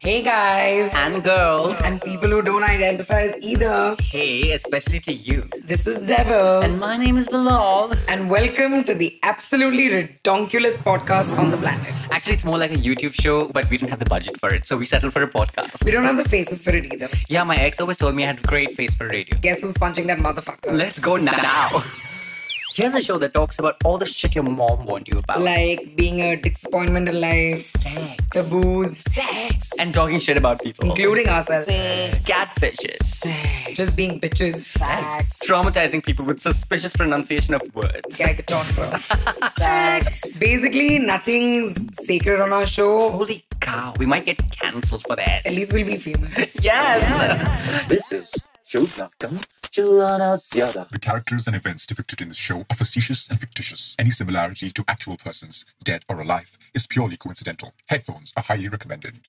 Hey guys and girls. and people who don't identify as either. Hey, especially to you. This is Devil And my name is Bilal. and welcome to the absolutely redonkulous podcast on the planet. Actually, it's more like a YouTube show, but we didn't have the budget for it, so we settled for a podcast. We don't have the faces for it either. Yeah, my ex always told me I had a great face for radio. Guess who's punching that motherfucker? Let's go now. Here's a show that talks about all the shit your mom warned you about. Like being a disappointment in life, sex. taboos, Sex. And talking shit about people. including ourselves, catfishes. just being bitches, sex, Traumatizing people with suspicious pronunciation of words. gagaton, bro. Basically, nothing's sacred on our show. Holy cow, we might get cancelled for this. At least we'll be famous. Yes! This is Joe.com Chilanasyada. The characters and events depicted in the show are facetious and fictitious. Any similarity to actual persons, dead or alive, is purely coincidental. Headphones are highly recommended.